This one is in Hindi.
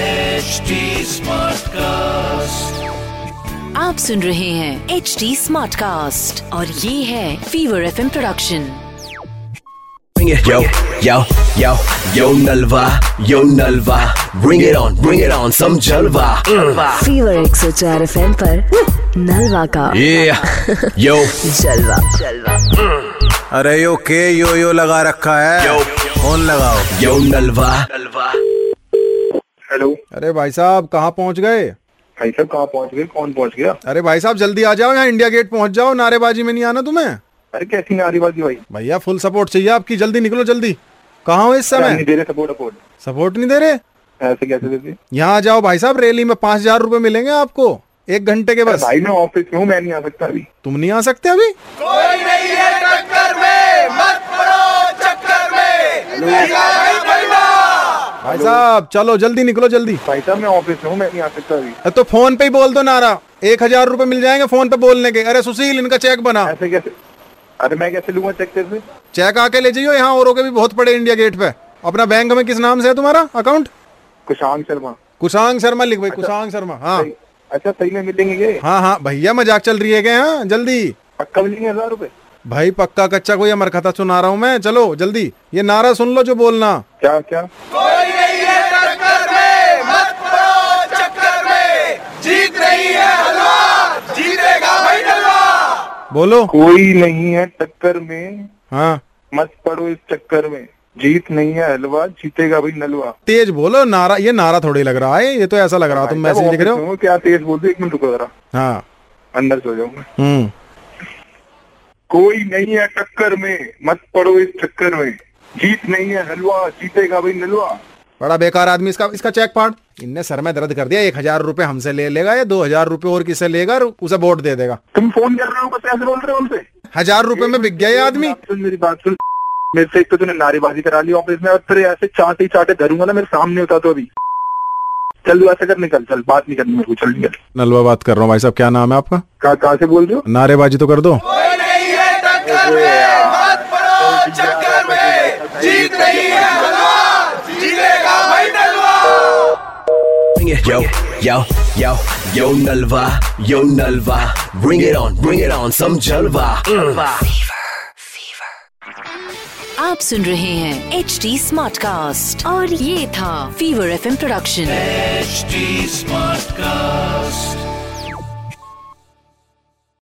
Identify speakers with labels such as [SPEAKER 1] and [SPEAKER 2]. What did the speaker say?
[SPEAKER 1] HD Smartcast.
[SPEAKER 2] आप सुन रहे हैं एच डी स्मार्ट कास्ट और ये है Fever F production
[SPEAKER 3] Bring it. Yo, yo, yo, yo Nalva, yo Nalva. Bring it on, bring it on, some Jalva. Mm.
[SPEAKER 2] Fever एक सौ चार एफ एम नलवा का
[SPEAKER 3] Yeah, yo,
[SPEAKER 2] जलवा जलवा
[SPEAKER 4] अरे यो के यो यो लगा रखा है
[SPEAKER 3] Yo.
[SPEAKER 4] फोन लगाओ
[SPEAKER 3] yo Nalva.
[SPEAKER 5] हेलो
[SPEAKER 4] अरे भाई साहब कहाँ पहुँच गए
[SPEAKER 5] भाई साहब कहाँ पहुंच गए कौन पहुंच गया
[SPEAKER 4] अरे भाई साहब जल्दी आ जाओ यहाँ इंडिया गेट पहुँच जाओ नारेबाजी में नहीं आना तुम्हें
[SPEAKER 5] अरे कैसी नारीबाजी भाई
[SPEAKER 4] भैया फुल सपोर्ट चाहिए आपकी जल्दी निकलो जल्दी कहाँ हो इस
[SPEAKER 5] नहीं
[SPEAKER 4] समय
[SPEAKER 5] दे रहे सपोर्ट अपोर्ट
[SPEAKER 4] सपोर्ट नहीं दे रहे
[SPEAKER 5] ऐसे कैसे देते
[SPEAKER 4] यहाँ आ जाओ भाई साहब रैली में पाँच हजार रूपए मिलेंगे आपको एक घंटे के बस
[SPEAKER 5] भाई मैं ऑफिस में हूँ मैं नहीं आ सकता अभी
[SPEAKER 4] तुम नहीं आ सकते अभी भाई साहब चलो जल्दी निकलो जल्दी
[SPEAKER 5] भाई साहब मैं ऑफिस में हूँ मैं नहीं आ सकता अभी
[SPEAKER 4] तो फोन पे ही बोल दो नारा एक हजार रूपए मिल जाएंगे फोन पे बोलने के अरे सुशील इनका चेक बना
[SPEAKER 5] ऐसे कैसे अरे मैं कैसे लूंगा चेक कैसे
[SPEAKER 4] चेक आके ले जाइयो यहाँ औरों के भी बहुत बड़े इंडिया गेट पे अपना बैंक में किस नाम से है तुम्हारा अकाउंट
[SPEAKER 5] कुशांग शर्मा
[SPEAKER 4] कुशांग शर्मा लिख
[SPEAKER 5] अच्छा।
[SPEAKER 4] भाई कुशांग शर्मा हाँ
[SPEAKER 5] सही- अच्छा सही में मिलेंगे ये
[SPEAKER 4] हाँ हाँ भैया मजाक चल रही है क्या हाँ जल्दी
[SPEAKER 5] पक्का मिलेंगे हजार रुपए
[SPEAKER 4] भाई पक्का कच्चा कोई अमर कथा सुना रहा हूँ मैं चलो जल्दी ये नारा सुन लो जो बोलना
[SPEAKER 5] क्या क्या
[SPEAKER 4] बोलो
[SPEAKER 5] कोई नहीं है टक्कर में
[SPEAKER 4] हाँ
[SPEAKER 5] मत पड़ो इस चक्कर में जीत नहीं है हलवा जीतेगा भाई नलवा
[SPEAKER 4] तेज बोलो नारा ये नारा थोड़ी लग रहा है ये हाँ, तो ऐसा लग रहा है तुम
[SPEAKER 5] भाई साहब,
[SPEAKER 4] मैसेज लिख रहे
[SPEAKER 5] ऑफिस में
[SPEAKER 4] हो
[SPEAKER 5] हूँ, क्या तेज बोल दो एक मिनट रुको जरा
[SPEAKER 4] हाँ
[SPEAKER 5] अंदर सो जाऊंगा
[SPEAKER 4] हम्म
[SPEAKER 5] कोई नहीं है टक्कर में मत पड़ो इस चक्कर में जीत नहीं है हलवा जीतेगा भाई नलवा
[SPEAKER 4] बड़ा बेकार आदमी इसका इसका चेक फाड़ इनने सर में दर्द कर दिया एक हजार रुपये हमसे ले लेगा या दो हजार रुपये और किसे लेगा और उसे वोट दे देगा
[SPEAKER 5] तुम फोन कर रहे हो बस ऐसे बोल रहे हो उनसे
[SPEAKER 4] हजार रुपए में तो बिक गया ये आदमी
[SPEAKER 5] सुन मेरी बात सुन मेरे से एक तो तूने नारेबाजी करा ली ऑफिस में और फिर ऐसे चाटे चाटे धरूंगा ना मेरे सामने होता तो अभी चल तू ऐसा कर निकल चल बात नहीं करनी मेरे को चल निकल
[SPEAKER 4] नलवा बात कर रहा हूँ भाई साहब क्या नाम है आपका
[SPEAKER 5] कहाँ कहाँ से बोल रहे हो
[SPEAKER 4] नारेबाजी तो कर दो
[SPEAKER 3] Bring it. Yo, yo, yo, yo Nalva, yo Nalva. Bring it on, bring it on, some Jalva.
[SPEAKER 2] आप सुन रहे हैं एच डी स्मार्ट कास्ट और ये था Fever F production
[SPEAKER 1] HD Smartcast.